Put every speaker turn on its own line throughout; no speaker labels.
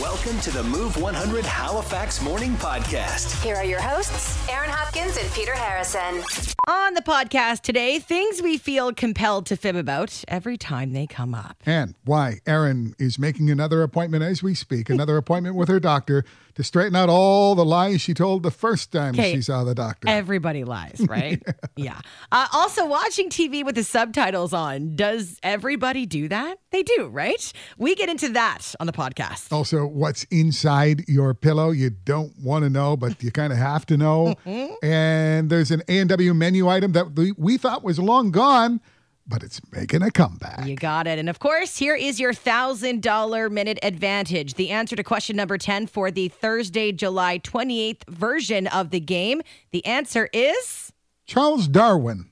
Welcome to the Move 100 Halifax Morning Podcast.
Here are your hosts, Aaron Hopkins and Peter Harrison.
On the podcast today, things we feel compelled to fib about every time they come up.
And why Erin is making another appointment as we speak, another appointment with her doctor to straighten out all the lies she told the first time
Okay.
she saw the doctor.
Everybody lies, right? yeah. Uh, also, watching TV with the subtitles on. Does everybody do that? They do, right? We get into that on the podcast.
also, what's inside your pillow you don't want to know, but you kind of have to know.
Mm-hmm.
and there's an A&W menu item that we- we thought was long gone, but it's making a comeback.
You got it. And of course, here is your $1,000 minute advantage. The answer to question number 10 for the Thursday, July 28th version of the game. The answer is.
Charles Darwin.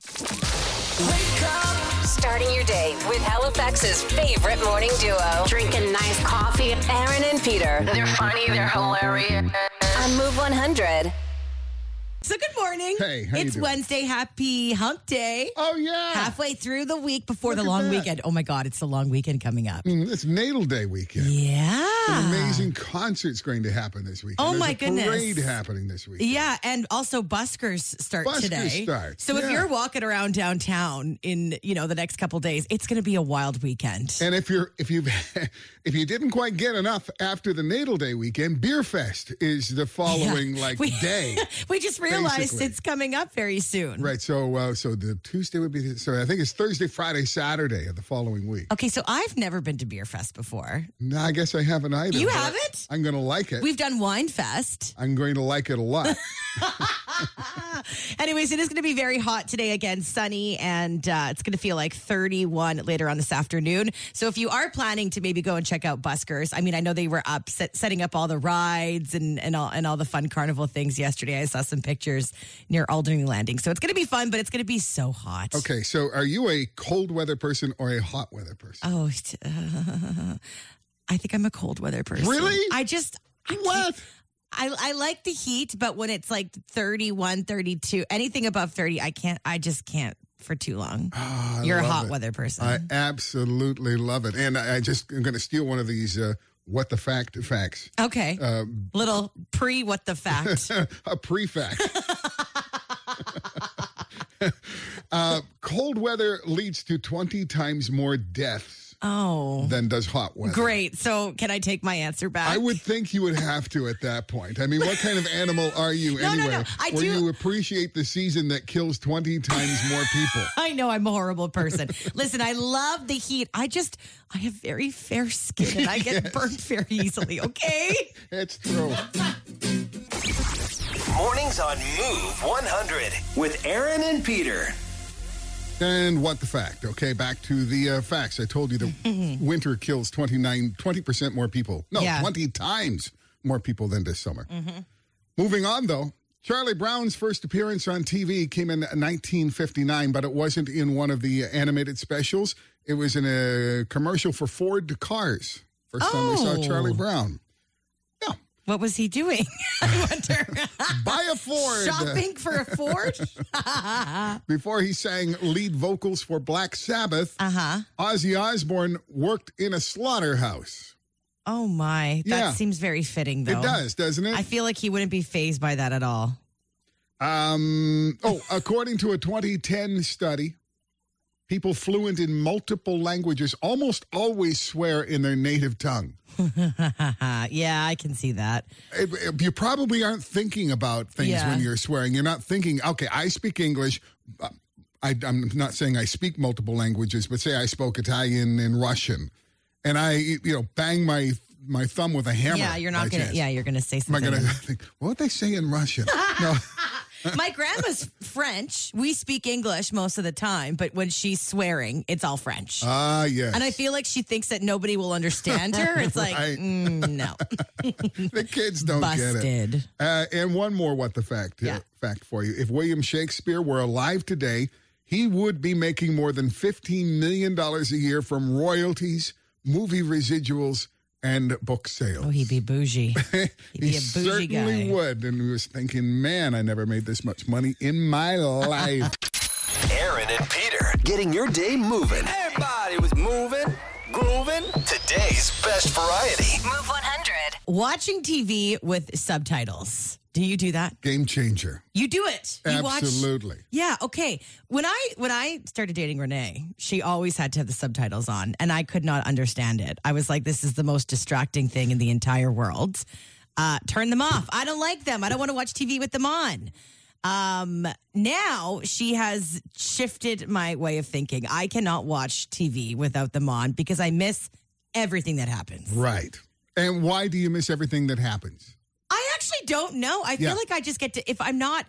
Starting your day with Halifax's favorite morning duo. Drinking nice coffee. Aaron and Peter.
They're funny. They're hilarious.
On Move 100.
So, good morning.
Hey, how you
it's
doing?
Wednesday. Happy hump day.
Oh, yeah.
halfway through the week before
Look
the
at
long
that.
weekend. Oh my God, it's the long weekend coming up.
Mm, It's Natal Day weekend.
Yeah.
Amazing concerts going to happen this weekend.
Oh, There's my a goodness. parade
happening this week.
Yeah, and also buskers start
Buskers
today.
start,
So if
yeah.
you're walking around downtown in, you know, the next couple days, it's going to be a wild weekend.
And if you're if you've if you didn't quite get enough after the Natal Day weekend, Beer Fest is the following like
We-
day.
we just realized
basically.
it's coming up very soon.
Right, so uh, so the Tuesday would be so I think it's Thursday, Friday, Saturday of the following week.
Okay, so I've never been to Beer Fest before.
No, I guess I haven't either.
You
but
haven't?
I'm going to like it.
We've done Wine Fest.
I'm going to like it a lot.
Anyways, it is going to be very hot today again, sunny, and uh, it's going to feel like 31 later on this afternoon. So if you are planning to maybe go and check out Buskers, I mean, I know they were up set, setting up all the rides and and all and all the fun carnival things yesterday. I saw some pictures near Alderney Landing, so it's going to be fun, but it's going to be so hot.
okay, so are you a cold weather person or a hot weather person?
Oh, t- uh, I think I'm a cold weather person.
Really?
I just I
What?
can't- I, I like the heat, but when it's like 31, 32, anything above 30, I can't, I just can't for too long.
Ah, I
You're a
love
hot
it.
weather person.
I absolutely love it, and I, I just I'm going to steal one of these uh, what the fact facts.
okay.
um,
Little pre what the fact.
a prefect. uh, cold weather leads to 20 times more deaths
oh,
than does hot weather.
great. So can I take my answer back?
I would think you would have to at that point. I mean, what kind of animal are you
No, no,
anyway?
no. I
where
do-
you appreciate the season that kills 20 times more people.
I know I'm a horrible person. Listen, I love the heat. I just, I have very fair skin and I get burnt very easily. Okay.
It's true.
Mornings on Move 100 with Aaron and Peter.
And what the fact? Okay, back to the uh, facts. I told you the winter kills 29, 20% more people. No,
Yeah. Mm-hmm.
20 times more people than this summer. Moving on, though, Charlie Brown's first appearance on TV came in 1959, but it wasn't in one of the animated specials. It was in a commercial for Ford cars. First time we saw
Oh.
Charlie Brown. Yeah,
What was he doing? I wonder.
buy a Ford.
Shopping for a Ford?
Before he sang lead vocals for Black Sabbath,
Uh huh.
Ozzy Osbourne worked in a slaughterhouse.
Oh my, that
Yeah.
seems very fitting though.
It does, doesn't
I
it?
feel like he wouldn't be phased by that at all.
um, oh, according to a 2010 study, people fluent in multiple languages almost always swear in their native tongue.
Uh, yeah, I can see that.
It- it- Eh, you probably aren't thinking about things
Yeah.
when you're swearing. You're not thinking, okay, I speak English. Uh, I, I'm not saying I speak multiple languages, but say I spoke Italian and Russian, and I, you know, bang my my thumb with a hammer.
Yeah, you're not
by
gonna.
chance.
Yeah, you're gonna say
Am I
something.
gonna think what would they say in Russian? no.
My grandma's French. We speak English most of the time, but when she's swearing, it's all French.
Ah, yes.
and I feel like she thinks that nobody will understand her. It's like,
Right.
mm, no,
the kids don't get it.
busted.
Uh, and one more what the fact uh,
Yeah.
fact for you. If William Shakespeare were alive today, he would be making more than 15 million dollars a year from royalties, movie residuals, and book sales.
Oh, he'd be bougie. He'd
he
be a bougie
certainly
guy.
would. And he was thinking, man, I never made this much money in my life.
Aaron and Peter getting your day moving. Everybody was moving, grooving. Today's best variety.
Move 100.
Watching TV with subtitles. Do you do that?
Game changer.
You do it. You watch
Absolutely.
Yeah, okay. When I when I started dating Renee, she always had to have the subtitles on and I could not understand it. I was like this is the most distracting thing in the entire world. Uh turn them off. I don't like them. I don't want to watch TV with them on. Um now she has shifted my way of thinking. I cannot watch TV without them on because I miss everything that happens.
Right. And why do you miss everything that happens?
I actually don't know. I
Yeah.
feel like I just get to if I'm not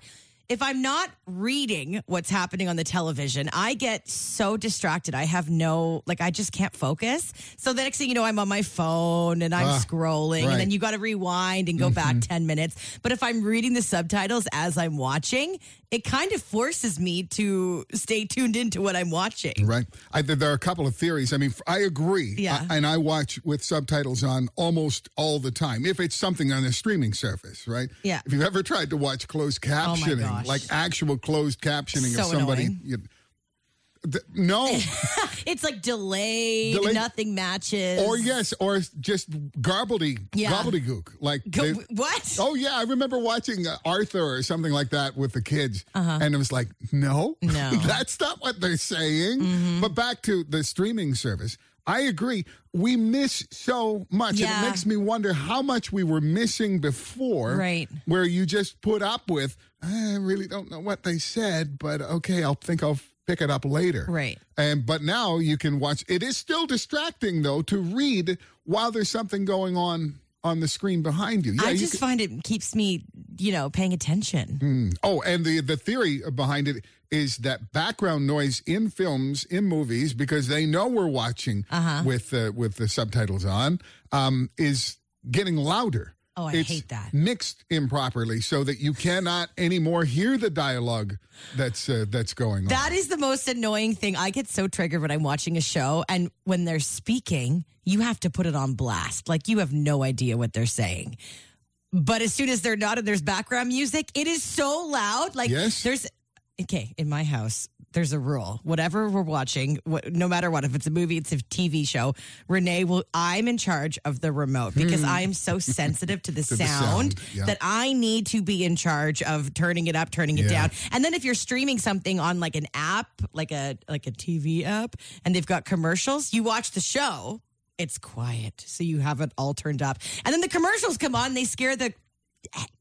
if I'm not reading what's happening on the television, I get so distracted. I have no like I just can't focus. So the next thing you know, I'm on my phone and I'm
Ah,
scrolling and
right. Mm-hmm.
then you got to rewind and go back 10 minutes. But if I'm reading the subtitles as I'm watching, it kind of forces me to stay tuned into what I'm watching.
Right. I, th- there are a couple of theories. I mean, f- I agree.
Yeah.
I- and I watch with subtitles on almost all the time if it's something on a streaming service, right?
Yeah. Oh
If you've ever tried to watch closed
my
captioning,
gosh.
like actual closed captioning
So
of somebody.
annoying.
You, th- no.
It's like delayed,
Delayed-
nothing matches.
or yes, or just gobbledy,
Yeah.
gobbledygook. Like
Go,
they-
what?
Oh yeah, I remember watching uh, Arthur or something like that with the kids, and it was like, no,
Uh-huh. No. Mm-hmm.
that's not what they're saying. But back to the streaming service, I agree. We miss so much,
Yeah.
and it makes me wonder how much we were missing before,
Right.
Where you just put up with, I really don't know what they said, but okay, I'll think I'll pick it up later,
Right.
and but now you can watch. It is still distracting though to read while there's something going on on the screen behind you. Yeah,
I
you
just
can-
find it keeps me, you know, paying attention.
Oh, and the the theory behind it is that background noise in films, in movies, because they know we're watching
Uh-huh.
with uh, with the subtitles on, um, is getting louder.
Oh, I
It's
hate that.
Mixed improperly, so that you cannot anymore hear the dialogue that's uh, that's going on.
That is the most annoying thing. I get so triggered when I'm watching a show and when they're speaking, you have to put it on blast. Like you have no idea what they're saying. But as soon as they're not and there's background music, it is so loud. Like
Yes.
there's okay, in my house, there's a rule. Whatever we're watching, what, no matter what, if it's a movie, it's a TV show, Renee will I'm in charge of the remote because I am so sensitive to the sound,
Hmm. sound, yeah.
that I need to be in charge of turning it up, turning it
Yeah.
down. And then if you're streaming something on like an app, like a like a TV app, and they've got commercials, you watch the show, it's quiet, so you have it all turned up. And then the commercials come on, they scare the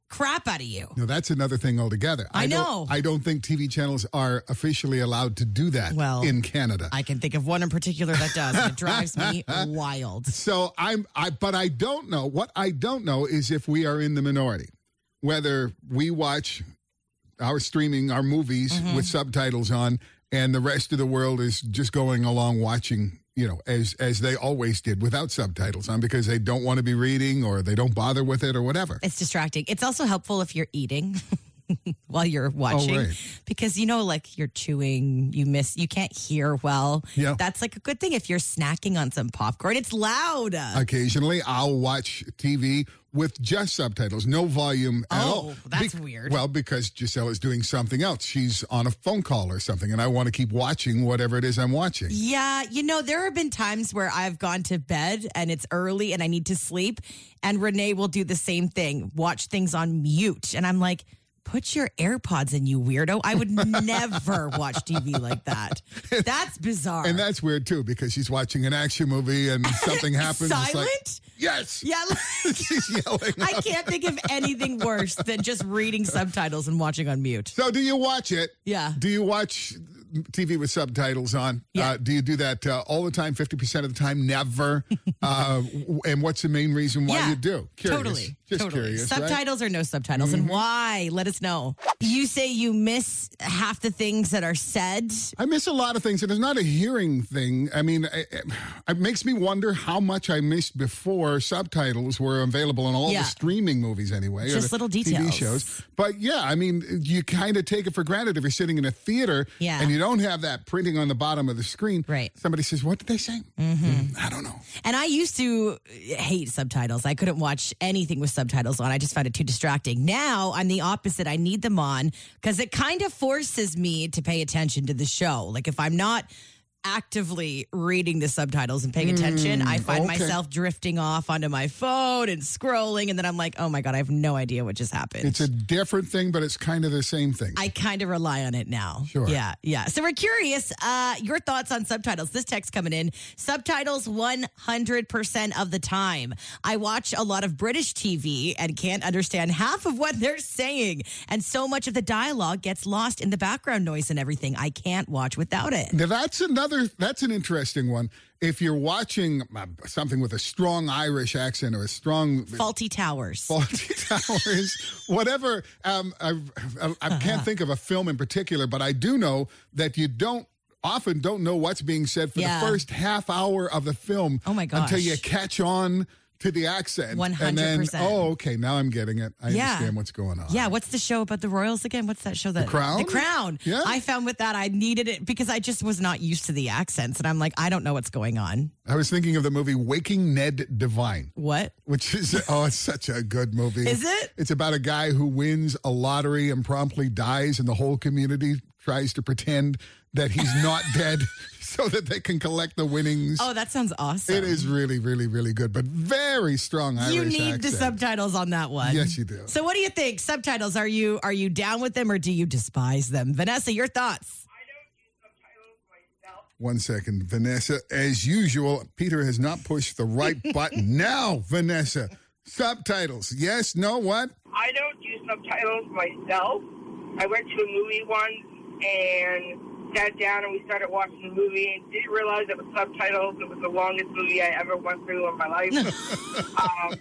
crap out of you.
No, that's another thing altogether.
I know.
Don't, I don't think TV channels are officially allowed to do that
Well,
in Canada.
I can think of one in particular that does, and it drives me wild.
So I'm I but I don't know. What I don't know is if we are in the minority. Whether we watch our streaming, our movies with subtitles on and the rest of the world is just going along watching, you know, as as they always did without subtitles on because they don't want to be reading or they don't bother with it or whatever.
It's distracting. It's also helpful if you're eating while you're watching
Oh, right.
because you know like you're chewing, you miss you can't hear well.
Yeah.
That's like a good thing if you're snacking on some popcorn. It's loud.
Occasionally, I'll watch TV with just subtitles, no volume at
Oh,
all.
that's weird.
Well, because Giselle is doing something else. She's on a phone call or something, and I want to keep watching whatever it is I'm watching.
yeah, you know there have been times where I've gone to bed and it's early and I need to sleep and Renee will do the same thing, watch things on mute and I'm like Put your AirPods in, you weirdo. I would never watch TV like that. That's bizarre.
And that's weird too, because she's watching an action movie and something happens. it's like,
Silent?
yes.
yeah. like-
she's yelling.
I can't think of anything worse than just reading subtitles and watching on mute.
So, do you watch it?
Yeah.
Do you watch TV with subtitles on?
Yeah.
Uh, do you do that uh, all the time, 50% of the time? Never. uh, w- and what's the main reason why
yeah,
you do? Curious.
Totally.
Just
totally.
curious. right? Mm-hmm.
subtitles or no subtitles, and why? Let us know. You say you miss half the things that are said.
I miss a lot of things, and it's not a hearing thing. I mean, it, it- it makes me wonder how much I missed before subtitles were available on all
Yeah.
the streaming movies, anyway. or
Just
the
little
TV
details.
shows. But yeah, I mean, you kind of take it for granted if you're sitting in a theater
Yeah.
and you don't have that printing on the bottom of the screen.
Right. Mm-hmm.
Somebody says, What did they say? Mm, I don't know.
And I used to eh, hate subtitles. I couldn't watch anything with subtitles on. I just found it too distracting. Now I'm the opposite. I need them on because it kind of forces me to pay attention to the show. Like if I'm not actively reading the subtitles and paying attention. I find
Hmm, okay.
myself drifting off onto my phone and scrolling, and then I'm like, oh my God, I have no idea what just happened.
It's a different thing, but it's kind of the same thing.
I kind of rely on it now.
Sure.
Yeah, yeah. So we're curious uh, your thoughts on subtitles. This text coming in subtitles 100% of the time. I watch a lot of British TV and can't understand half of what they're saying. And so much of the dialogue gets lost in the background noise and everything. I can't watch without it.
Now that's another. That's an interesting one. If you're watching uh, something with a strong Irish accent or a strong
Faulty Towers.
faulty towers, whatever, um, I, I, I
Uh-huh.
can't think of a film in particular, but I do know that you don't often don't know what's being said for
Yeah.
the first half hour of the film.
Oh, my
Until
gosh.
you catch on to the accent, and then
100%.
oh, okay, now I'm getting it. I
Yeah.
understand what's going on.
Yeah, what's the show about the Royals again? What's that show that The
Crown?
The Crown.
Yeah.
I found with that I needed it because I just was not used to the accents and I'm like, I don't know what's going on.
I was thinking of the movie Waking Ned Divine.
What?
which is oh, it's such a good movie.
Is it?
It's about a guy who wins a lottery and promptly dies, and the whole community tries to pretend that he's not dead so that they can collect the winnings.
Oh, that sounds awesome.
It is really, really, really good, but very strong Irish
You need the
accent.
subtitles on that one.
Yes, you do.
So what do you think? Subtitles, are you are you down with them or do you despise them? Vanessa, your thoughts.
One second, Vanessa. As usual, Peter has not pushed the right button. Now, Vanessa, subtitles. Yes, no, what?
I don't do subtitles myself. I went to a movie once and sat down and we started watching the movie and didn't realize it was subtitles. It was the longest movie I ever went through in my life. um,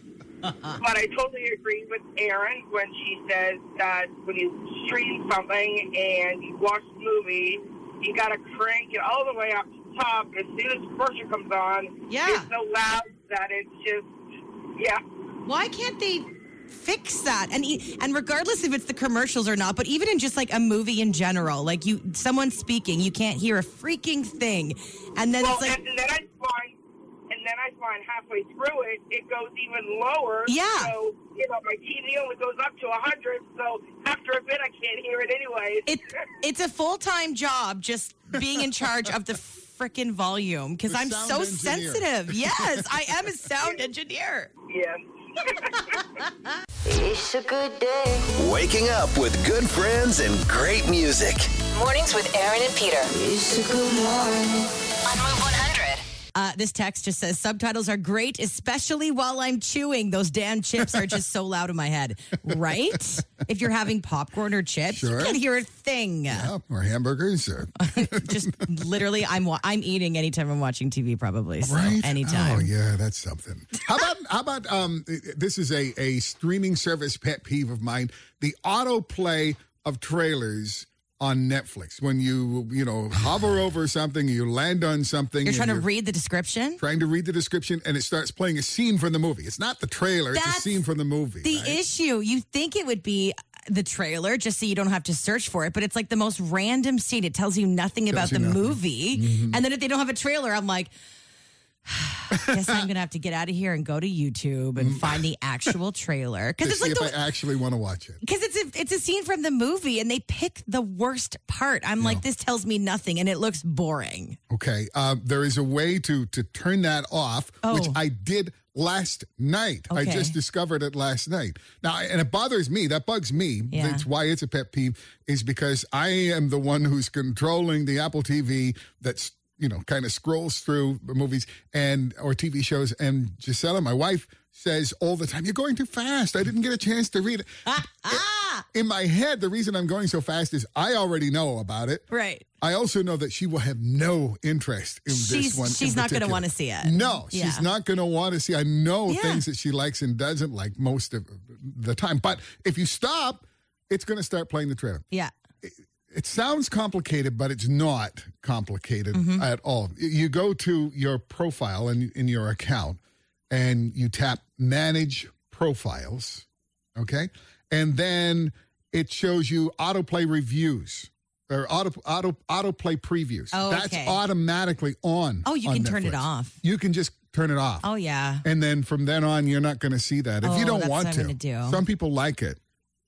but I totally agree with Erin when she says that when you stream something and you watch the movie, you got to crank it all the way up to the top. As soon as commercial comes on,
Yeah.
it's so loud that it's just, yeah.
Why can't they fix that? And e- and regardless if it's the commercials or not, but even in just like a movie in general, like you someone speaking, you can't hear a freaking thing. And then
Well,
it's like
and then I find, and then I find halfway through it, it goes even lower.
Yeah.
So you know, my TV only goes up to hundred. So after a bit, I can't hear it anyways.
it it's a full-time job just being in charge of the frickin' volume because
The
I'm
sound
so
engineer.
sensitive. Yes, I am a sound engineer.
yeah.
It's a good day.
Waking up with good friends and great music.
Mornings with Aaron and Peter
It's a good morning.
on Move 100.
Uh, this text just says subtitles are great, especially while I'm chewing. Those damn chips are just so loud in my head, right? if you're having popcorn or chips,
Sure.
you can't hear a thing.
Oh, or hamburgers or
Just literally, I'm wa- I'm eating anytime I'm watching TV, probably. So Anytime.
Oh yeah, that's something. How about how about um this is a a streaming service pet peeve of mine, the autoplay of trailers on Netflix. When you you know hover over something, you land on something
You're
and
trying to read the description.
trying to read the description and it starts playing a scene from the movie. It's not the trailer, it's a
That's
scene from the movie.
The
right?
issue, you think it would be the trailer just so you don't have to search for it, but it's like the most random scene. It tells you nothing about
you
the
nothing. Mm-hmm.
movie. And then if they don't have a trailer, I'm like, guess I'm going to have to get out of here and go to YouTube and find the actual trailer. Because
to
it's
Mm. see
like
if
the.
I actually want to watch it.
Because it's a, it's a scene from the movie and they pick the worst part. I'm like, this tells me nothing and it looks boring.
Okay, uh, there is a way to to turn that off, which
Oh.
I did last night. I
Okay.
just discovered it last night. Now, and it bothers me. That bugs me.
Yeah.
That's why it's a pet peeve. Is because I am the one who's controlling the Apple TV. That's you know kind of scrolls through movies and or TV shows. And Gisela, my wife, says all the time, "You're going too fast. I didn't get a chance to read it."
Ah!
In my head, the reason I'm going so fast is I already know about it.
Right.
I also know that she will have no interest in this
She's-
one. in
she's not gonna
particular.
wanna see it.
No, she's
Yeah.
not going to want to see. I know
Yeah.
things that she likes and doesn't like most of the time. But if you stop, it's going to start playing the trailer.
Yeah.
It sounds complicated, but it's not complicated
Mm-hmm.
at all. You go to your profile in, in your account and you tap manage profiles, okay? And then it shows you autoplay reviews or auto auto autoplay previews.
Oh,
That's
okay.
automatically on.
Oh, you
on
can turn it
Netflix.
off.
You can just turn it off.
Oh, yeah.
And then from then on, you're not going to see that if you
Oh,
don't
that's
want
what
to.
I'm gonna do.
Some people like it,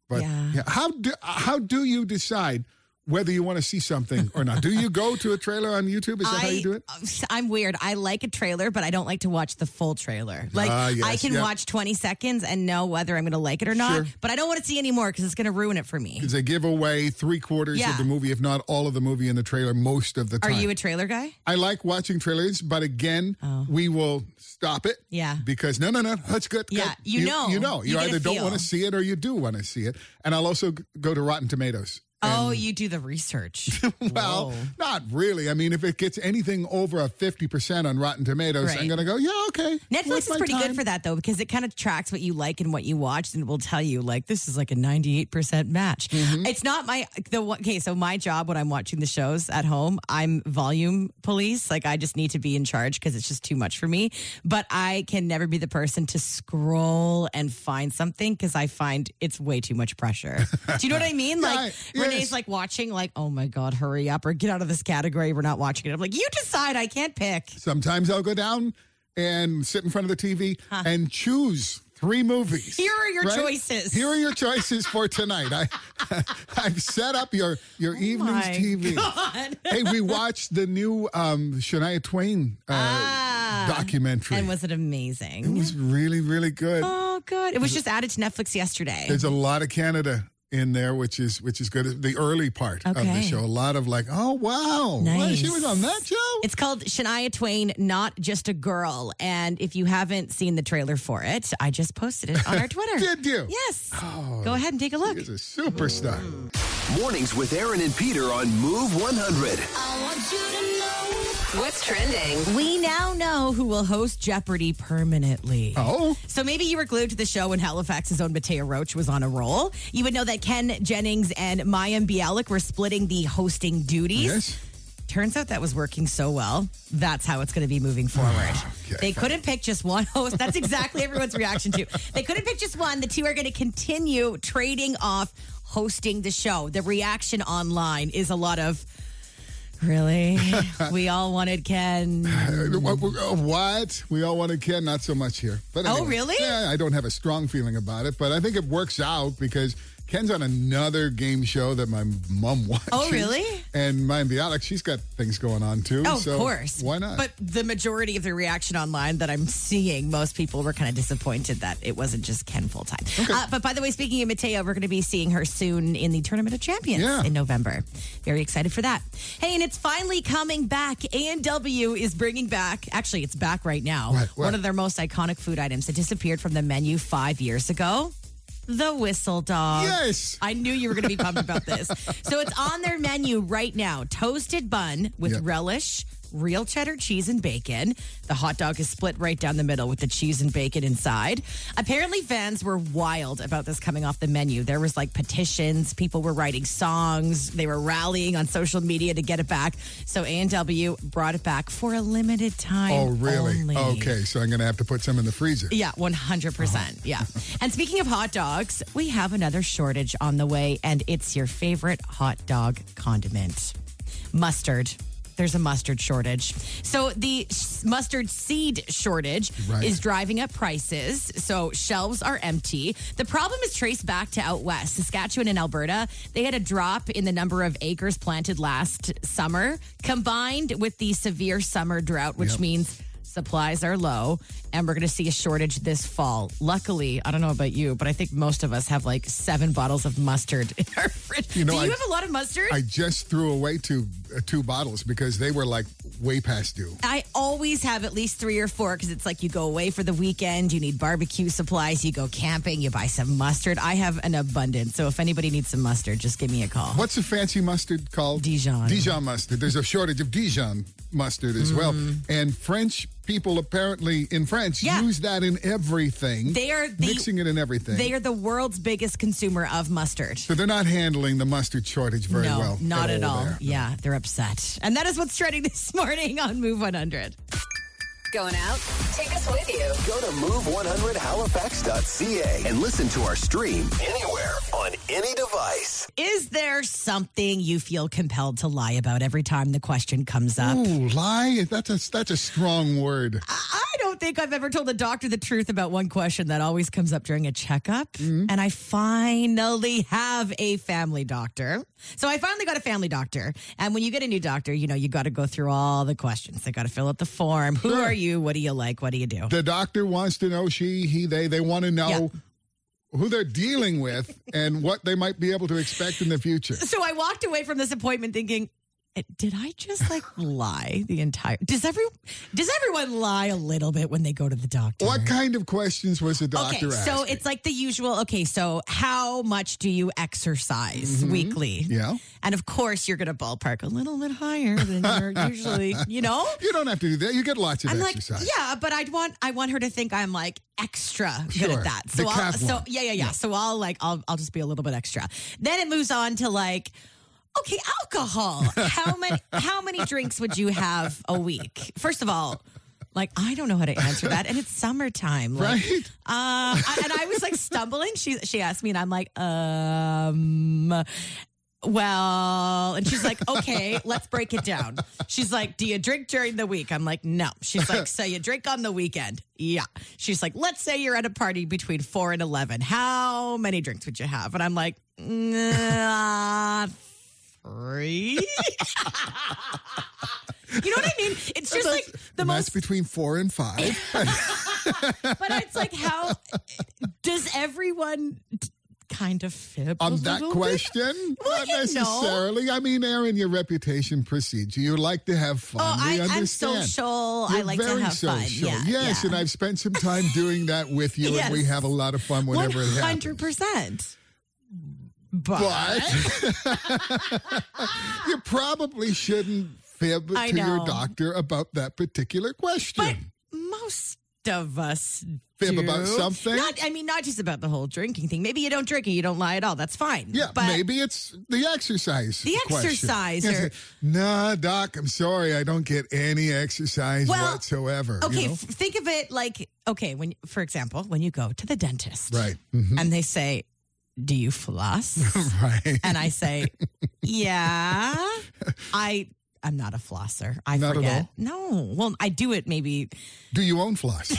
but
Yeah.
how do how do you decide whether you want to see something or not. Do you go to a trailer on YouTube? Is that how you do it?
I'm weird. I like a trailer, but I don't like to watch the full trailer. Like
Ah, yes,
I can
yeah.
watch 20 seconds and know whether I'm going to like it or not,
Sure.
but I don't want to see any more because it's going to ruin it for me.
Because they give away three quarters
Yeah.
of the movie, if not all of the movie in the trailer, most of the
Are
time.
you a trailer guy?
I like watching trailers, but again, we will stop it.
Yeah.
Because no, no, no, that's good.
Yeah,
good.
you know.
you know, you,
You get a
either don't
feel.
want to see it or you do want to see it. And I'll also g- go to Rotten Tomatoes.
Oh, you do the research.
Well,
Whoa.
not really. I mean, if it gets anything over a fifty percent on Rotten Tomatoes, I'm
Right.
gonna go, yeah, okay.
Netflix
Worth
is
my
pretty
time.
good for that though because it kind of tracks what you like and what you watched and will tell you like this is like a 98% match.
Mm-hmm.
It's not my the one- okay so my job when I'm watching the shows at home, I'm volume police, like I just need to be in charge because it's just too much for me, but I can never be the person to scroll and find something cuz I find it's way too much pressure. Do you know what I mean?
Yeah,
Like
I- yes.
Renee's like watching like oh my god, hurry up or get out of this category, we're not watching it. I'm like you decide, I can't pick.
Sometimes I'll go down and sit in front of the TV and choose three movies.
Here are your choices.
Here are your choices for tonight. I I've set up your your evening's
Oh my
TV.
God.
Hey, we watched the new um, Shania Twain uh, documentary.
Ah. And was it amazing?
it was really really good.
Oh, good. It was just added to Netflix yesterday.
There's a lot of Canada in there, which is which is good. The early part of the
Okay.
show, a lot of like, oh wow, wow, she
Nice.
was on that show.
It's called Shania Twain, Not Just a Girl. And if you haven't seen the trailer for it, I just posted it on our Twitter.
Did you? Oh,
Yes. Go ahead and take a look.
She's a superstar.
Mornings with Aaron and Peter on Move 100.
What's trending?
We now know who will host Jeopardy permanently.
Oh,
So maybe you were glued to the show when Halifax's own Matea Roach was on a roll. You would know that Ken Jennings and Mayim Bialik were splitting the hosting duties.
yes.
Turns out that was working so well. That's how it's going to be moving forward. they couldn't pick just one host. That's exactly everyone's reaction to. They couldn't pick just one. The two are going to continue trading off hosting the show. The reaction online is a lot of. Really? we all wanted Ken.
Uh, What, what? We all wanted Ken, not so much here. But
Oh,
anyway.
really?
Yeah, I don't have a strong feeling about it, but I think it works out because Ken's on another game show that my mom watches.
Oh, really?
And Maya Bialik, she's got things going on too.
Oh,
so
of course.
Why not?
But the majority of the reaction online that I'm seeing, most people were kind of disappointed that it wasn't just Ken full time. Uh, but by the way, speaking of Mateo, we're going to be seeing her soon in the Tournament of Champions
Yeah.
in November. Very excited for that. Hey, and it's finally coming back. A&W is bringing back, actually, it's back right now,
What? What?
one of their most iconic food items that disappeared from the menu five years ago. The whistle dog.
Yes.
I knew you were going to be pumped about this. So it's on their menu right now toasted bun with
Yep.
relish, real cheddar cheese, and bacon. The hot dog is split right down the middle with the cheese and bacon inside. Apparently, fans were wild about this coming off the menu. There was like petitions, people were writing songs, they were rallying on social media to get it back. So A&W brought it back for a limited time.
oh, really?
only.
Okay, so I'm going to have to put some in the freezer.
Yeah, 100%. Yeah. And speaking of hot dogs, we have another shortage on the way, and it's your favorite hot dog condiment mustard. There's a mustard shortage. So the s- mustard seed shortage
Right.
is driving up prices. So shelves are empty. The problem is traced back to out west, Saskatchewan and Alberta. They had a drop in the number of acres planted last summer, combined with the severe summer drought, which
Yep.
means supplies are low and we're going to see a shortage this fall. Luckily, I don't know about you, but I think most of us have like seven bottles of mustard in our fridge.
You know,
Do you
I-
have a lot of mustard?
I just threw away two uh, two bottles because they were like way past due.
I always have at least three or four because it's like you go away for the weekend, you need barbecue supplies, you go camping, you buy some mustard. I have an abundance. So if anybody needs some mustard, just give me a call.
What's a fancy mustard called?
Dijon.
Dijon mustard. There's a shortage of Dijon mustard as well. And French people apparently in France
Mm. Yeah.
use that in everything.
They are the-
mixing it in everything.
They are the world's biggest consumer of mustard.
so they're not handling the mustard shortage very
no,
well.
not at all.
there.
Yeah, they're upset. And that is what's trending this morning on Move 100.
Going out? Take us with you.
Go to move100halifax.ca and listen to our stream anywhere on on any device.
Is there something you feel compelled to lie about every time the question comes up?
Ooh, lie? That's a, that's a strong word.
I don't think I've ever told a doctor the truth about one question that always comes up during a checkup.
Mm-hmm.
And I finally have a family doctor. So I finally got a family doctor. And when you get a new doctor, you know, you got to go through all the questions. They got to fill out the form. Who
Sure.
are you? What do you like? What do you do?
The doctor wants to know she, he, they. They want to know who they're dealing with and what they might be able to expect in the future.
So I walked away from this appointment thinking, "Eh, did I just like lie the entire does every does everyone lie a little bit when they go to the doctor?
What kind of questions was the doctor
Okay, so
asking?
it's like the usual. Okay, so how much do you exercise weekly?
Mm-hmm. Yeah.
and of course you're going to ballpark a little bit higher than you're usually. You know,
You don't have to do that. You get lots of
I'm like,
exercise.
yeah, but I'd want I want her to think I'm like extra good
Sure.
at that. So I'll,
Decathlon.
so yeah, yeah, yeah, So I'll like I'll I'll just be a little bit extra. Then it moves on to like. Okay, alcohol. How many how many drinks would you have a week? First of all, like I don't know how to answer that, and it's summertime. Like,
Right?
um, I- and I was like stumbling. She she asked me, and I'm like, um, well, and she's like, okay, let's break it down. She's like, do you drink during the week? I'm like, no. She's like, so you drink on the weekend? Yeah. She's like, let's say you're at a party between four and eleven. How many drinks would you have? And I'm like, nah, three. You know what I mean? It's just like the
and
most
that's between four and five.
but it's like, how does everyone t- kind of fib a
on that
little bit?
question?
Well,
Not
you know.
necessarily. I mean, Aaron, your reputation precedes you. You like to have fun.
Oh,
we
I, I'm
understand.
social. I
You're
like to
very
have fun.
social.
Yeah,
yes,
yeah.
and I've spent some time doing that with you,
Yes.
and we have a lot of fun whenever it happens.
100%. But,
But you probably shouldn't fib
I
to your
know.
doctor about that particular
but
question.
most of us
fib
do.
about something.
Not, I mean, not just about the whole drinking thing. Maybe you don't drink and you don't lie at all. That's fine.
yeah,
but
maybe it's the exercise.
The
question.
exercise
You
or-
say, Nah, doc, I'm sorry, I don't get any exercise
Well,
whatsoever. you
Okay,
know?
f- think of it like okay. When, for example, when you go to the dentist,
right, mm-hmm.
and they say, "Do you floss?"
right.
and I say, "Yeah, I." I'm not a flosser. I
Not at
forget.
all?
No. Well, I do it maybe.
Do you own floss?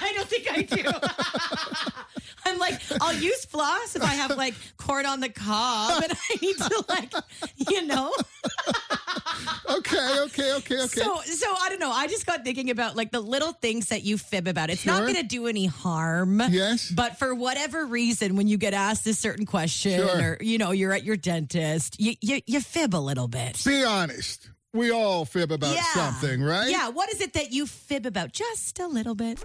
I don't think I do. I'm like, I'll use floss if I have like corn on the cob and I need to like, you know.
okay, okay, okay, okay.
So, so I don't know. I just got thinking about like the little things that you fib about. It's not
Sure.
going to do any harm.
Yes.
But for whatever reason, when you get asked this certain question,
Sure.
or you know, you're at your dentist, you you, you fib a little bit.
Be honest. We all fib about something, right?
Yeah. What is it that you fib about? Just a little bit.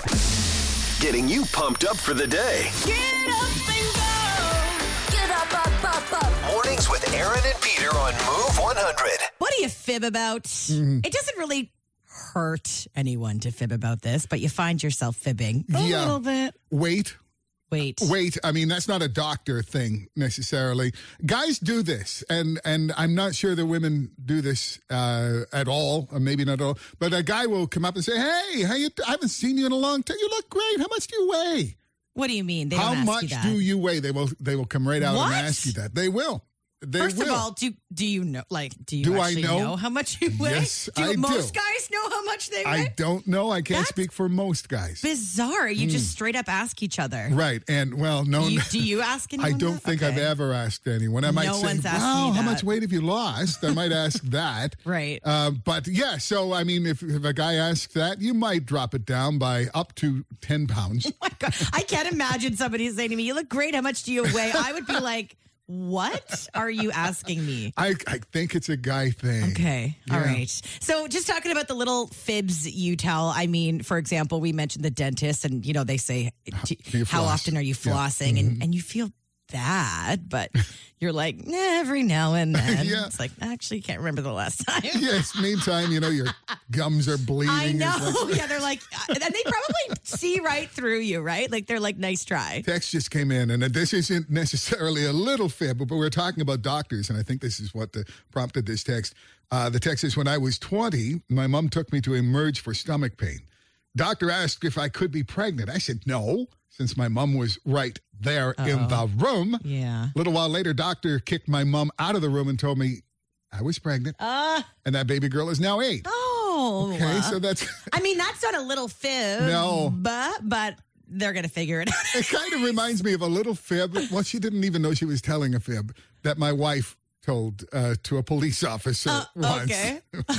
Getting you pumped up for the day.
Get up and go.
Get up, up, up, up.
Mornings with Aaron and Peter on Move 100.
What do you fib about?
Mm-hmm.
It doesn't really hurt anyone to fib about this, but you find yourself fibbing a
Yeah.
little bit.
Wait,
Wait.
wait. I mean, that's not a doctor thing necessarily. Guys do this, and and I'm not sure that women do this uh, at all, or maybe not at all. But a guy will come up and say, "Hey, how you? I haven't seen you in a long time. You look great. How much do you weigh?
What do you mean? They
how
don't ask
much
you that.
do you weigh? They will. They will come right out
What?
and ask you that. They will. They
First
will.
of all, do do you know? Like, do you
Do I
actually
know?
how much you weigh?
Yes,
do
I do.
most guys know how much they weigh?
I don't know. I can't
That's-
speak for most guys.
Bizarre. You just straight up ask each other.
Hmm. Right. And well, no,
You- do you ask
I
anyone?
don't
that?
think I've
Okay.
ever asked anyone. I might
No
say,
one's asked
"Wow,
me
how
that."
much weight have you lost?" I might ask that.
Right.
Uh, but yeah, so I mean, if, if a guy asks that, you might drop it down by up to ten pounds.
Oh my God. I can't imagine somebody saying to me, "You look great. How much do you weigh?" I would be like, "What are you asking me?"
I, I think it's a guy thing.
Okay. All
Yeah.
right. So, just talking about the little fibs you tell. I mean, for example, we mentioned the dentist, and you know they say, "Do-
do you
"How
floss?"
often are you
Yeah. Mm-hmm.
flossing?" And and you feel bad, but you're like, "Nah, "Every now and then."
Yeah.
It's like I actually can't remember the last time.
Yes. Meantime, you know your gums are bleeding.
I
It's
know.
like-
yeah, they're like, uh, and they probably see right through you, right? Like they're like, "Nice try."
Text just came in, and this isn't necessarily a little fib, but we're talking about doctors, and I think this is what the, prompted this text. Uh, the text is When I was 20, my mom took me to emerge for stomach pain. Doctor asked if I could be pregnant. I said no, since my mom was right there in the room.
Yeah.
A little while later, doctor kicked my mom out of the room and told me I was pregnant. and that baby girl is now eight.
Uh. Oh.
Okay, so that's
I mean, that's not a little fib.
No.
But, but they're going to figure it out.
it kind of reminds me of a little fib. Well, she didn't even know she was telling a fib that my wife told uh, to a police officer once.
Uh, Okay.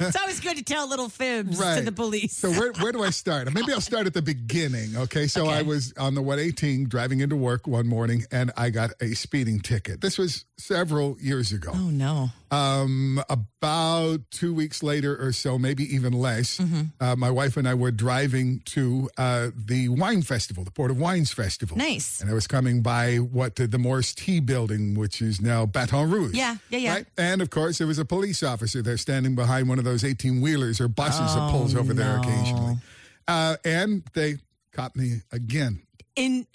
it's always good to tell little fibs to
Right.
the police.
So where, where do I start? Maybe I'll start at the beginning. Okay. So I was on the 118 driving into work one morning and I got a speeding ticket. This was several years ago.
oh, no.
Um, about two weeks later or so, maybe even less,
Mm-hmm.
uh, my wife and I were driving to uh, the wine festival, the Port of Wines Festival.
Nice.
And I was coming by what the, the Morris Tea building, which is now Baton Rouge.
Yeah, yeah, yeah.
And of course, there was a police officer there standing behind one of those 18 wheelers or buses that pulls over
Oh,
there occasionally. Uh, and they caught me again
In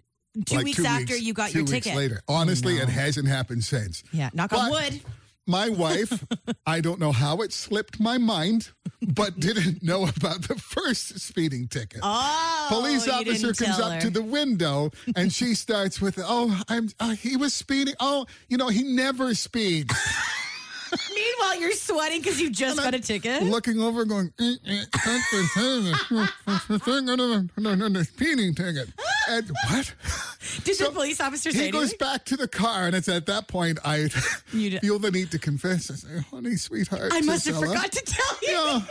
two
like
weeks after you got
two
your
weeks
ticket.
later. Honestly, it hasn't happened since.
Yeah, knock on wood.
My wife, I don't know how it slipped my mind, but didn't know about the first speeding ticket.
Oh,
Police
you
officer
didn't
comes
tell
up
her.
to the window and she starts with, "Oh, I'm uh, he was speeding. Oh, you know, he never speeds."
Meanwhile, you're sweating because you just got a ticket.
Looking over, going, "Eh, eh, that's the thing. That's the thing. No, no, no, no, no, speeding ticket. And what?
Did the police officer say
He goes
anything?
back to the car, and it's at that point I
You d-
feel the need to confess. I say, "Honey, sweetheart,
I must have
Gisella."
forgot to tell you.
Yeah,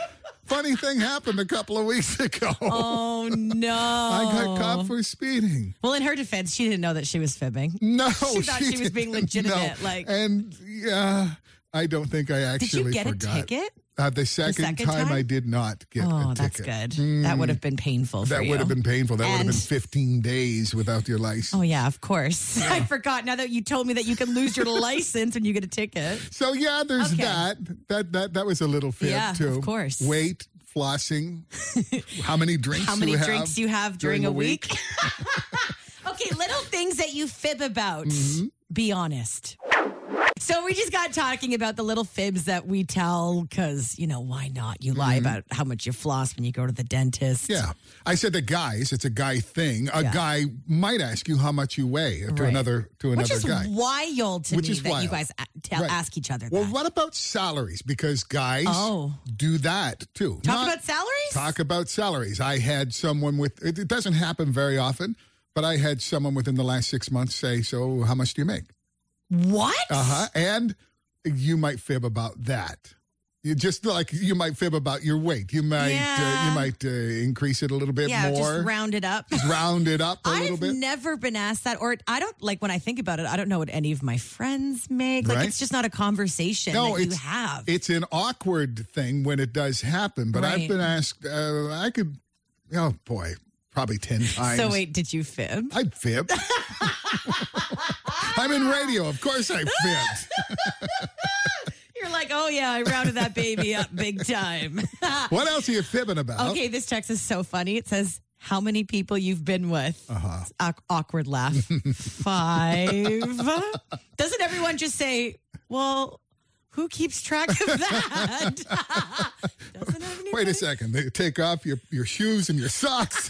funny thing happened a couple of weeks ago.
Oh no!
I got caught for speeding.
well, in her defense, she didn't know that she was fibbing.
No,
She thought she was being
didn't, no.
legitimate, like-
and yeah, I don't think I
Did you
actually
get
forgot.
a ticket?
Uh, the, second
second
time, I
time?
did not get
Oh,
a
that's
ticket. Mm.
good. That would have been painful. for
That would have
you.
been painful. That would have
And-
been 15 days without your license.
Oh yeah, of course. I forgot. Now that you told me that you can lose your license when you get a ticket.
So yeah, there's
Okay.
that. That that that was a little fib
Yeah,
too.
of course.
Weight, flossing, how many drinks,
How many
you
drinks
have
you have during, a week? okay, little things that you fib about.
Mm-hmm.
Be honest. So we just got talking about the little fibs that we tell because you know why not? You lie about how much you floss when you go to the dentist.
Mm-hmm. Yeah, I said the guys. It's a guy thing. A
Yeah.
guy might ask you how much you weigh to
Right.
another to
Which
another
is
guy.
wild to
Which
me
is
that you
wild.
guys a- tell,
Right.
ask each other.
Well,
that.
what about salaries? Because guys
Oh.
do that too.
talk
Not-
about salaries.
Talk about salaries. I had someone with, it, it doesn't happen very often, but I had someone within the last six months say, So, how much do you make?
what?
Uh huh. And you might fib about that. You just like you might fib about your weight. You might uh,
Yeah.
you might uh, increase it a little bit
yeah,
more.
just round it up.
Just round it up a little
I've
bit.
never been asked that, or I don't like when I think about it. I don't know what any of my friends make. Like
Right.
it's just not a conversation
no,
that
it's
you have.
it's an awkward thing when it does happen. But I've
Right.
been asked. Uh, I could. Oh boy, probably ten times.
so wait, did you fib?
I fib. I'm in radio. Of course I fibbed.
You're like, oh yeah, I rounded that baby up big time.
what else are you fibbing about?
okay, this text is so funny. It says. How many people you've been with?
Uh-huh.
It's awk- awkward laugh. Five. Doesn't everyone just say, "Well, who keeps track of that?" Doesn't
Wait
anybody?
a second. They take off your, your shoes and your socks.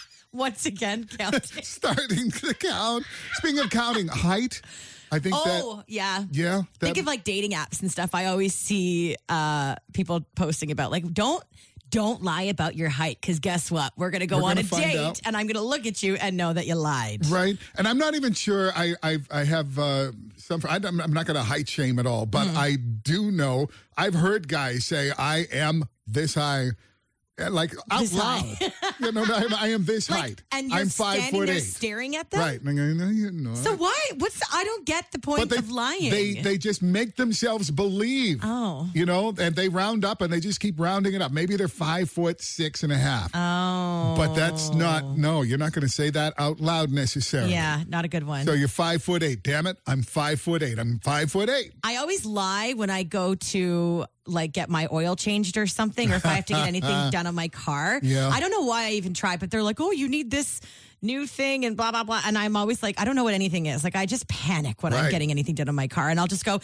Once again, counting.
starting to count. Speaking of counting height, I think
Oh,
that
yeah.
yeah, that,
Think of like dating apps and stuff. I always see uh, people posting about like don't don't lie about your height because guess what? We're gonna go
We're
on
gonna
a
find
date
out.
and I'm gonna look at you and know that you lied.
right. And I'm not even sure. I I, I have uh, some. I, don't- I'm not going to height shame at all,
Mm-hmm.
but I do know. I've heard guys say, "I am this high." uh, Like out
This
loud,
high.
you know, I am, I am this
Like,
height.
and you're
I'm five
standing
foot
there
eight.
staring at them.
right? And I'm going, "No, you're not."
So why? What's the, I don't get the point of lying.
They they just make themselves believe.
Oh.
You know, and they round up and they just keep rounding it up. Maybe they're five foot six and a half.
oh,
But that's not no, you're not gonna say that out loud necessarily.
yeah, not a good one.
So you're five foot eight. Damn it. I'm five foot eight. I'm five foot eight.
I always lie when I go to like get my oil changed or something, or if I have to get anything done on my car.
Yeah.
I don't know why I even try, but they're like, "Oh, you need this new thing," and blah blah blah. And I'm always like, I don't know what anything is. Like I just panic when
Right.
I'm getting anything done on my car, and I'll just go,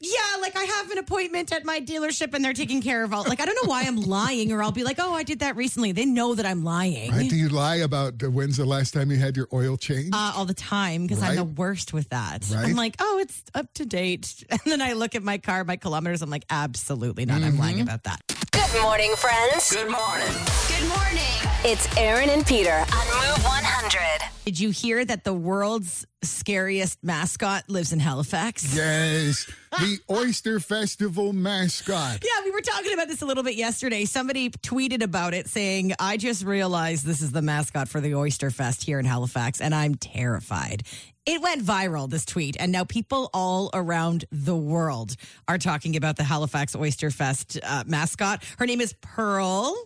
"Yeah, like I have an appointment at my dealership and they're taking care of all. Like I don't know why I'm lying, or I'll be like, oh, I did that recently. They know that I'm lying
Right? Do you lie about uh, when's the last time you had your oil changed?
uh, all the time because I'm
Right.
the worst with that.
Right.
I'm like, oh, it's up to date, and then I look at my car, my kilometers. I'm like, absolutely not. I'm
Mm-hmm.
lying about that.
Good morning, friends.
Good morning.
Good morning.
It's Aaron and Peter on Move 100.
Did you hear that the world's scariest mascot lives in Halifax?
Yes, the Oyster Festival mascot.
Yeah, we were talking about this a little bit yesterday. Somebody tweeted about it saying, I just realized this is the mascot for the Oyster Fest here in Halifax, and I'm terrified. It went viral, this tweet, and now people all around the world are talking about the Halifax Oyster Fest uh, mascot. Her name is Pearl.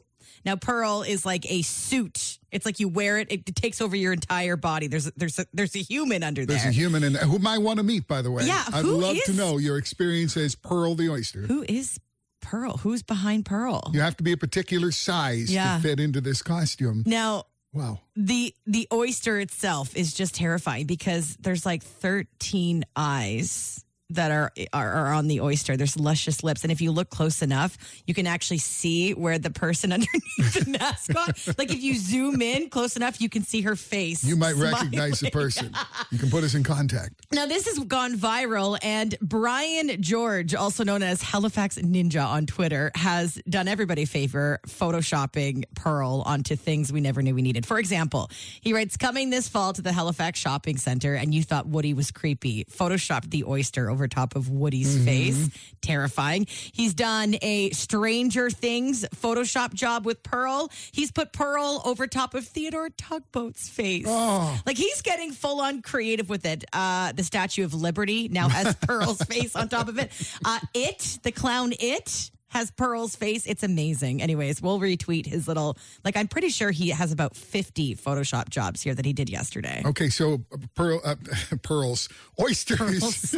Now, Pearl is like a suit. It's like you wear it; it takes over your entire body. There's there's a, there's a human under
There's a
there.
human in whom I want to meet, by the way.
Yeah,
I'd
who
love to
is-
know your experience as Pearl the Oyster.
Who is Pearl? Who's behind Pearl?
You have to be a particular size
Yeah.
to fit into this costume.
Now,
Wow.
the the oyster itself is just terrifying because there's like 13 eyes that are, are are on the oyster. There's luscious lips, and if you look close enough, you can actually see where the person underneath the mascot. Like if you zoom in close enough, you can see her face.
You might
smiling.
recognize the person. You can put us in contact.
Now, this has gone viral, and Brian George, also known as Halifax Ninja on Twitter, has done everybody a favor photoshopping Pearl onto things we never knew we needed. For example, he writes, Coming this fall to the Halifax Shopping Center, and you thought Woody was creepy. Photoshopped the oyster over top of Woody's face. Terrifying. He's done a Stranger Things Photoshop job with Pearl. He's put Pearl over top of Theodore Tugboat's face.
Oh.
Like he's getting full on creative with it. Uh, the Statue of Liberty now has Pearl's face on top of it. Uh, it, the clown, it has Pearl's face. It's amazing. Anyways, we'll retweet his little. Like I'm pretty sure he has about 50 Photoshop jobs here that he did yesterday.
Okay, so uh, pearl, uh, pearls, oysters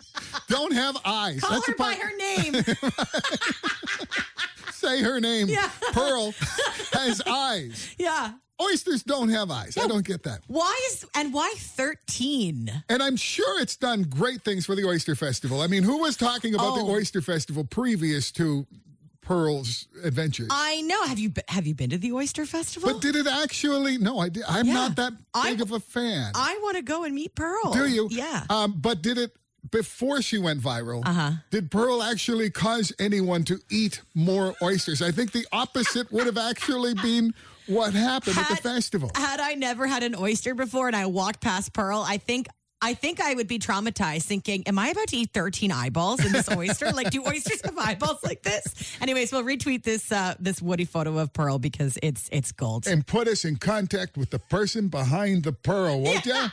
don't have eyes.
Call her by
part-
her name.
Say her name.
Yeah.
Pearl has eyes.
yeah.
Oysters don't have eyes. I don't get that.
Why is and why 13?
And I'm sure it's done great things for the Oyster Festival. I mean, who was talking about the
Oh.
Oyster Festival previous to Pearl's adventures?
I know. Have you be- have you been to the Oyster Festival?
but did it actually? No, I did. I'm
Yeah.
not that
I-
big of a fan.
I want to go and meet Pearl.
Do you?
Yeah.
Um, but did it before she went viral? Uh-huh. Did Pearl actually cause anyone to eat more oysters? I think the opposite would have actually been what happened at the festival.
Had I never had an oyster before and I walked past Pearl, I think I think I would be traumatized thinking, Am I about to eat 13 eyeballs in this oyster? like, do oysters have eyeballs like this? Anyways, we'll retweet this uh this Woody photo of Pearl because it's it's gold.
and put us in contact with the person behind the pearl, won't ya?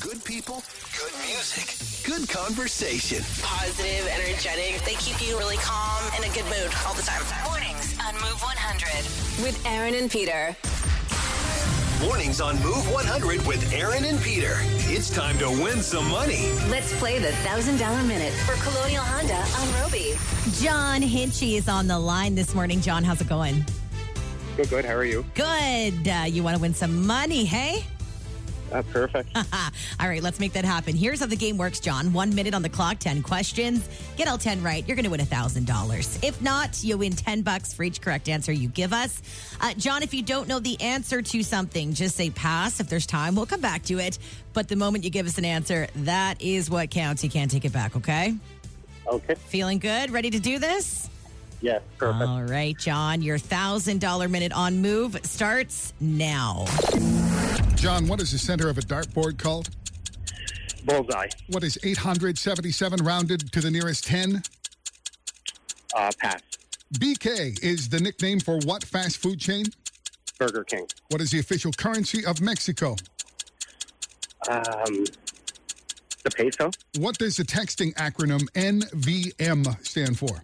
Good people, good music, good conversation.
positive, energetic. They keep you really calm and in a good mood all the time.
Mornings on Move 100 with Aaron and Peter.
Mornings on Move 100 with Aaron and Peter. It's time to win some money.
Let's play the $1,000 minute for Colonial Honda on Roby.
John Hinchy is on the line this morning. John, how's it going?
Good, good. How are you?
Good. Uh, you want to win some money, hey?
Uh, perfect.
All right, let's make that happen. Here's how the game works, John. One minute on the clock, 10 questions. Get all 10 right, you're going to win $1,000. If not, you win 10 bucks for each correct answer you give us. Uh, John, if you don't know the answer to something, just say pass. If there's time, we'll come back to it. But the moment you give us an answer, that is what counts. You can't take it back, okay?
Okay.
Feeling good? Ready to do this?
Yes, perfect.
Uh,
All right, John, your $1,000 minute on move starts now.
John, what is the center of a dartboard called?
Bullseye.
What is 877 rounded to the nearest 10?
Uh, pass.
BK is the nickname for what fast food chain?
Burger King.
What is the official currency of Mexico?
Um, the peso.
What does the texting acronym NVM stand for?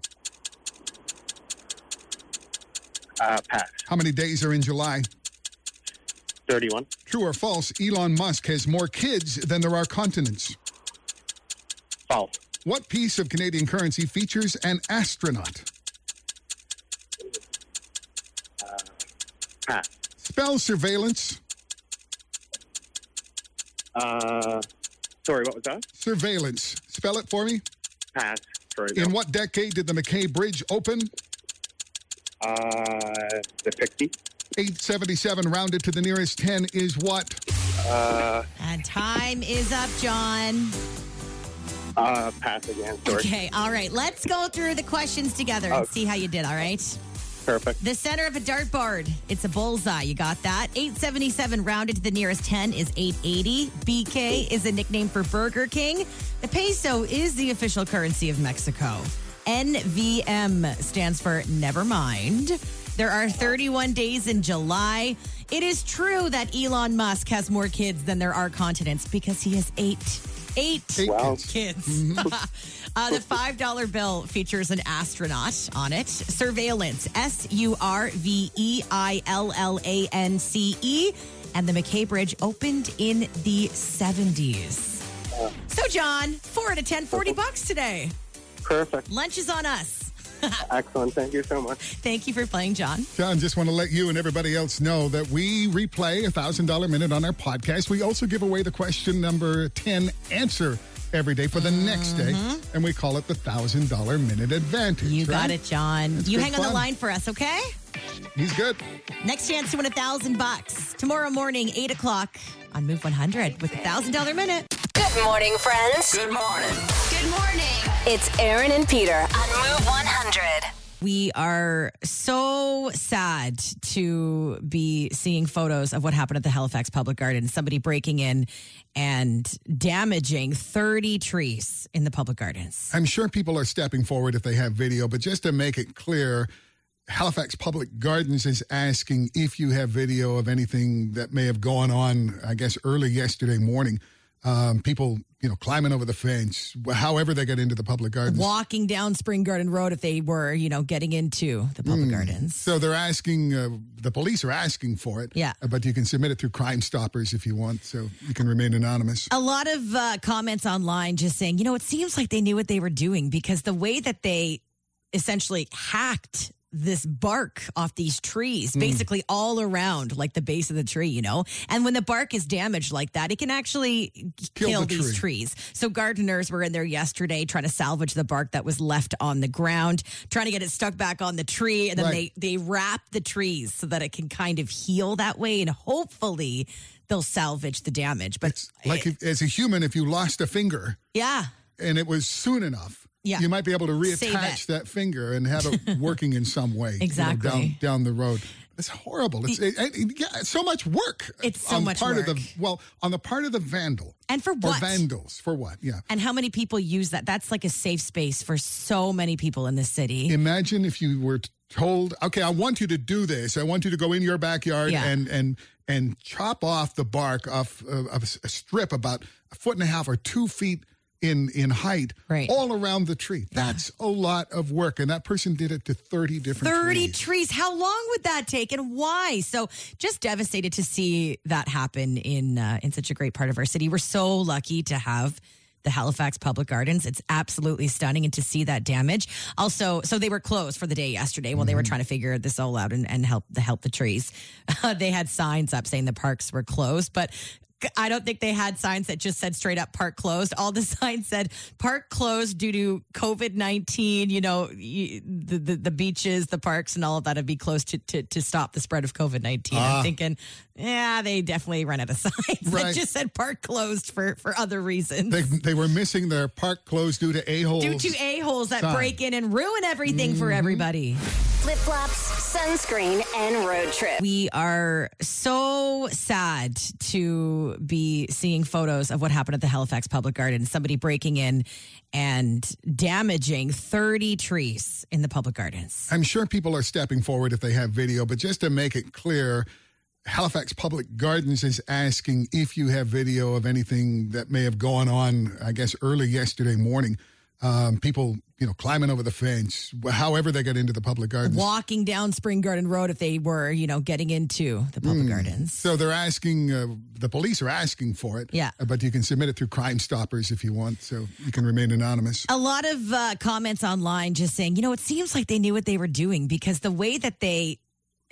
Uh, pass.
How many days are in July?
Thirty-one.
True or false, Elon Musk has more kids than there are continents.
False.
What piece of Canadian currency features an astronaut?
Pass.
Spell surveillance.
Uh, sorry, what was that?
Surveillance. Spell it for me.
Pass. Sorry.
In
no.
what decade did the McKay Bridge open?
Uh, the 50.
877 rounded to the nearest 10 is what?
And time is up, John.
Uh, pass again. Sorry.
Okay, all right. Let's go through the questions together and see how you did, all right?
Perfect.
The center of a dartboard. It's a bullseye. You got that. 877 rounded to the nearest 10 is 880. BK is a nickname for Burger King. The peso is the official currency of Mexico. NVM stands for never mind. There are 31 days in July. It is true that Elon Musk has more kids than there are continents because he has eight. Eight
Eight
Wow.
kids.
kids.
Mm-hmm.
uh, the five dollar bill features an astronaut on it. Surveillance, S U R V E I L L A N C E, and the McKay Bridge opened in the seventies. So, John, four out of ten, 40 bucks today.
Perfect.
Lunch is on us.
Excellent. Thank you so much.
Thank you for playing, John.
John, just want to let you and everybody else know that we replay a $1,000 minute on our podcast. We also give away the question number 10 answer every day for the next day, and we call it the $1,000 minute advantage.
Mm-hmm. You got
right?
it, John.
That's
you
good
hang on the
fun.
line for us, okay?
He's good.
Next chance to win a thousand bucks tomorrow morning, eight o'clock on Move 100 with a thousand dollar minute.
Good morning, friends.
Good morning. Good morning.
It's Aaron and Peter on Move 100.
We are so sad to be seeing photos of what happened at the Halifax Public Garden. Somebody breaking in and damaging 30 trees in the public gardens.
I'm sure people are stepping forward if they have video, but just to make it clear, Halifax Public Gardens is asking if you have video of anything that may have gone on, I guess, early yesterday morning. Um, people, you know, climbing over the fence, wh- however they got into the public gardens.
Walking down Spring Garden Road if they were, you know, getting into the public gardens.
So they're asking, uh, the police are asking for it.
Yeah.
Uh, But you can submit it through Crime Stoppers if you want, so you can remain anonymous.
A lot of uh, comments online just saying, you know, it seems like they knew what they were doing because the way that they essentially hacked this bark off these
Hmm.
trees, basically all around like the base of the tree, you know? And when the bark is damaged like that, it can actually kill,
Kill the
these trees. So gardeners were in there yesterday trying to salvage the bark that was left on the ground, trying to get it stuck back on the tree. And then
Right.
they, they wrap the trees so that it can kind of heal that way. And hopefully they'll salvage the damage. But
It's like if, as a human, if you lost a finger,
yeah.
and it was soon enough,
Yeah.
you might be able to
Save
reattach
it.
that finger and have it working in some way. you know,
Exactly.
down, down the road. It's horrible. It's it, it- yeah, it's so much work.
It's so
on the
much
part of
work.
the well on the part of the vandal
And for
or
what?
vandals for what? Yeah.
And how many people use that? That's like a safe space for so many people in the city.
Imagine if you were told, okay, I want you to do this. I want you to go in your backyard
Yeah.
and and and chop off the bark off uh, of a strip about a foot and a half or two feet in in height,
Right.
all around the tree. That's a lot of work, and that person did it to thirty different
30
trees.
trees. How long would that take and why? So, just devastated to see that happen in uh, in such a great part of our city. We're so lucky to have the Halifax Public Gardens. It's absolutely stunning and to see that damage. Also, so they were closed for the day yesterday while they were trying to figure this all out and, and help the help the trees. they had signs up saying the parks were closed, but I don't think they had signs that just said straight up park closed. All the signs said park closed due to COVID 19. You know, y- the, the, the beaches, the parks, and all of that would be closed to, to, to stop the spread of COVID 19. I'm thinking, yeah, they definitely ran out of signs
Ah. Right.
that just said park closed for, for other reasons.
They, they were missing their park closed due to a holes.
due to a holes that
Sign. Mm-hmm.
break in and ruin everything for everybody.
Flip flops, sunscreen, and road trip.
We are so sad to be seeing photos of what happened at the Halifax Public Garden. Somebody breaking in and damaging 30 trees in the public gardens.
I'm sure people are stepping forward if they have video, but just to make it clear, Halifax Public Gardens is asking if you have video of anything that may have gone on, I guess, early yesterday morning. Um, people, you know, climbing over the fence, wh- however they got into the public gardens.
Walking down Spring Garden Road if they were, you know, getting into the public gardens.
So they're asking, uh, the police are asking for it.
Yeah.
uh, But you can submit it through Crime Stoppers if you want, so you can remain anonymous.
a lot of uh, comments online just saying, you know, it seems like they knew what they were doing because the way that they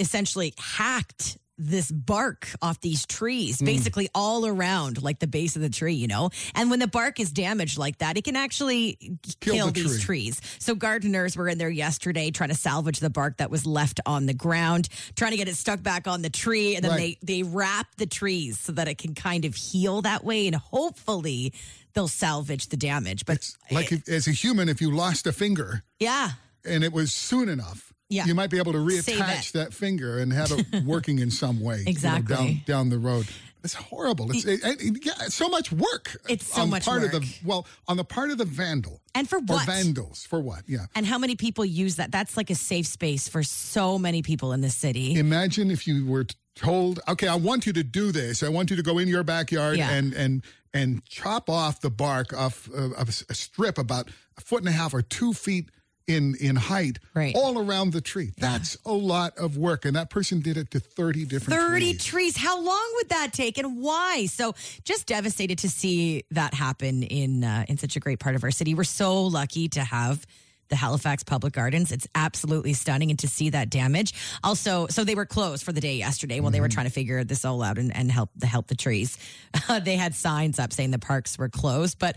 essentially hacked this bark off these trees,
Hmm.
basically all around like the base of the tree, you know? And when the bark is damaged like that, it can actually kill,
Kill the
these
tree.
trees trees. So gardeners were in there yesterday trying to salvage the bark that was left on the ground, trying to get it stuck back on the tree, and then
Right.
they they wrap the trees so that it can kind of heal that way, and hopefully they'll salvage the damage. But
It's like if, as a human, if you lost a finger
yeah,
and it was soon enough,
Yeah.
you might be able to
Save
reattach
it.
that finger and have it working in some way. you know,
Exactly.
down, down the road. It's horrible. It's it, it, yeah, it's so much work.
It's so
on the
much
part of
work.
the well on the part of the vandal
and for
or
what?
vandals for what? Yeah.
and how many people use that? That's like a safe space for so many people in the city.
Imagine if you were told, okay, I want you to do this. I want you to go in your backyard
Yeah.
and and and chop off the bark off uh, of of a strip about a foot and a half or two feet in in height,
Right.
all around the tree. That's a lot of work, and that person did it to thirty different
30
trees.
trees. How long would that take and why? So just devastated to see that happen in uh, in such a great part of our city. We're so lucky to have the Halifax Public Gardens. It's absolutely stunning and to see that damage. Also, so they were closed for the day yesterday while they were trying to figure this all out and, and help the help the trees. they had signs up saying the parks were closed, but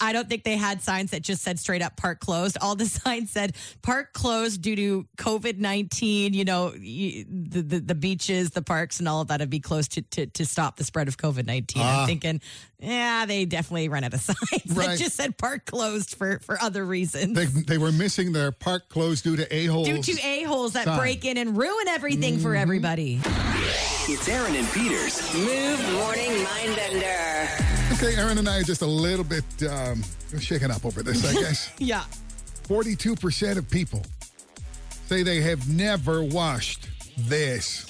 I don't think they had signs that just said straight up park closed. All the signs said park closed due to COVID 19. You know, y- the, the, the beaches, the parks, and all of that would be closed to, to, to stop the spread of COVID 19. I'm thinking, yeah, they definitely ran out of signs. They
Ah. Right.
just said park closed for, for other reasons.
They, they were missing their park closed due to a holes.
due to a-holes that
Sign. Mm-hmm.
break in and ruin everything for everybody.
It's Aaron and Peter's
Move morning mind bender.
Okay, Aaron and I are just a little bit um, shaken up over this, I guess.
Yeah.
42% of people say they have never washed this.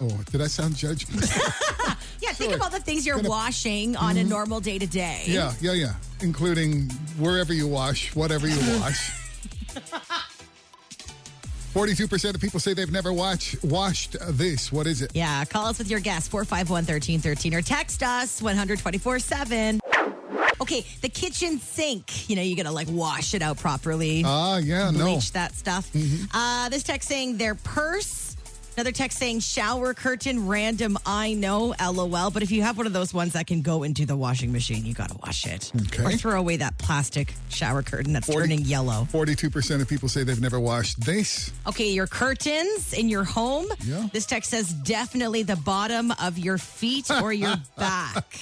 Oh, did I sound judgmental?
Yeah, think
Sure. Mm-hmm.
about the things you're washing on a normal day to day.
yeah, yeah, yeah. Including wherever you wash, whatever you wash. 42% of people say they've never watch, washed this. What is it?
Yeah, call us with your guess, 451 1313, or text us 124 7. Okay, the kitchen sink. You know, you gotta like wash it out properly,
Ah, yeah, no. Mm-hmm.
bleach that stuff. Uh, this text saying their purse. Another text saying shower curtain, random, I know, lol. But if you have one of those ones that can go into the washing machine, you gotta wash it.
Okay.
Or throw away that plastic shower curtain that's
40
turning yellow.
42% of people say they've never washed this.
Okay, your curtains in your home.
Yeah.
This text says definitely the bottom of your feet or your back.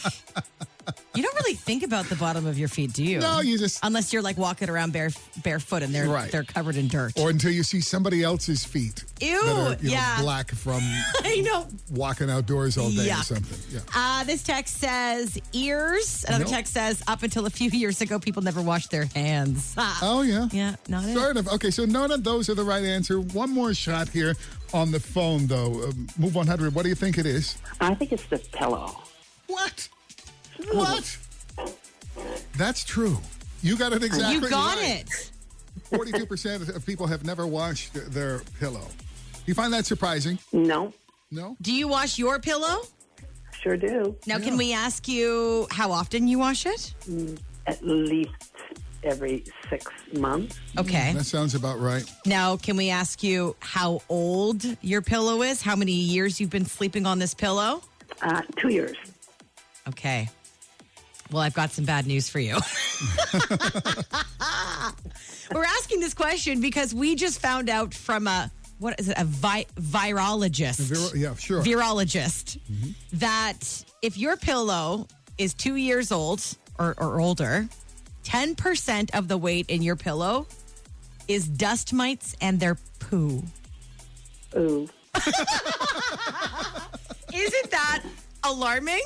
you don't really think about the bottom of your feet, do you?
No, you just.
Unless you're like walking around bare barefoot and they're
Right.
they're covered in dirt.
Or until you see somebody else's feet.
Ew,
that are, you know,
yeah.
black from
I know.
walking outdoors all day or
Yuck.
something. Yeah.
Uh, this text says ears. Another
Nope.
text says up until a few years ago, people never washed their hands. Ah.
Oh yeah.
Yeah, not it.
Sort of. Okay, so none of those are the right answer. One more shot here on the phone, though. Um, Move 100. What do you think it is?
I think it's the pillow.
What? What? That's true. You got it exactly.
you got it.
Forty-two percent of people have never washed their pillow. You find that surprising?
No,
No.
Do you wash your pillow?
sure do.
Now, can we ask you how often you wash it?
At least every six months.
Okay.
That sounds about right.
Now, can we ask you how old your pillow is? How many years you've been sleeping on this pillow?
Uh, two years.
Okay. Well, I've got some bad news for you. We're asking this question because we just found out from a what is it? A vi- virologist.
Viro- yeah, sure.
Virologist that if your pillow is 2 years old or, or older, 10% of the weight in your pillow is dust mites and their poo.
Ooh.
Isn't that alarming?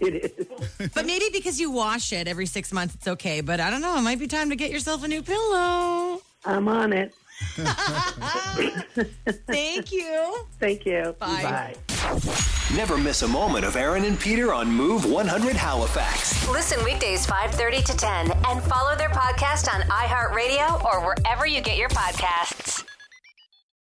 It is.
But maybe because you wash it every six months, it's okay. But I don't know. It might be time to get yourself a new pillow.
I'm on it.
Thank you.
Thank you.
Bye.
Bye.
Never miss a moment of Aaron and Peter on Move 100 Halifax.
Listen weekdays 5:30 to 10 and follow their podcast on iHeartRadio or wherever you get your podcasts.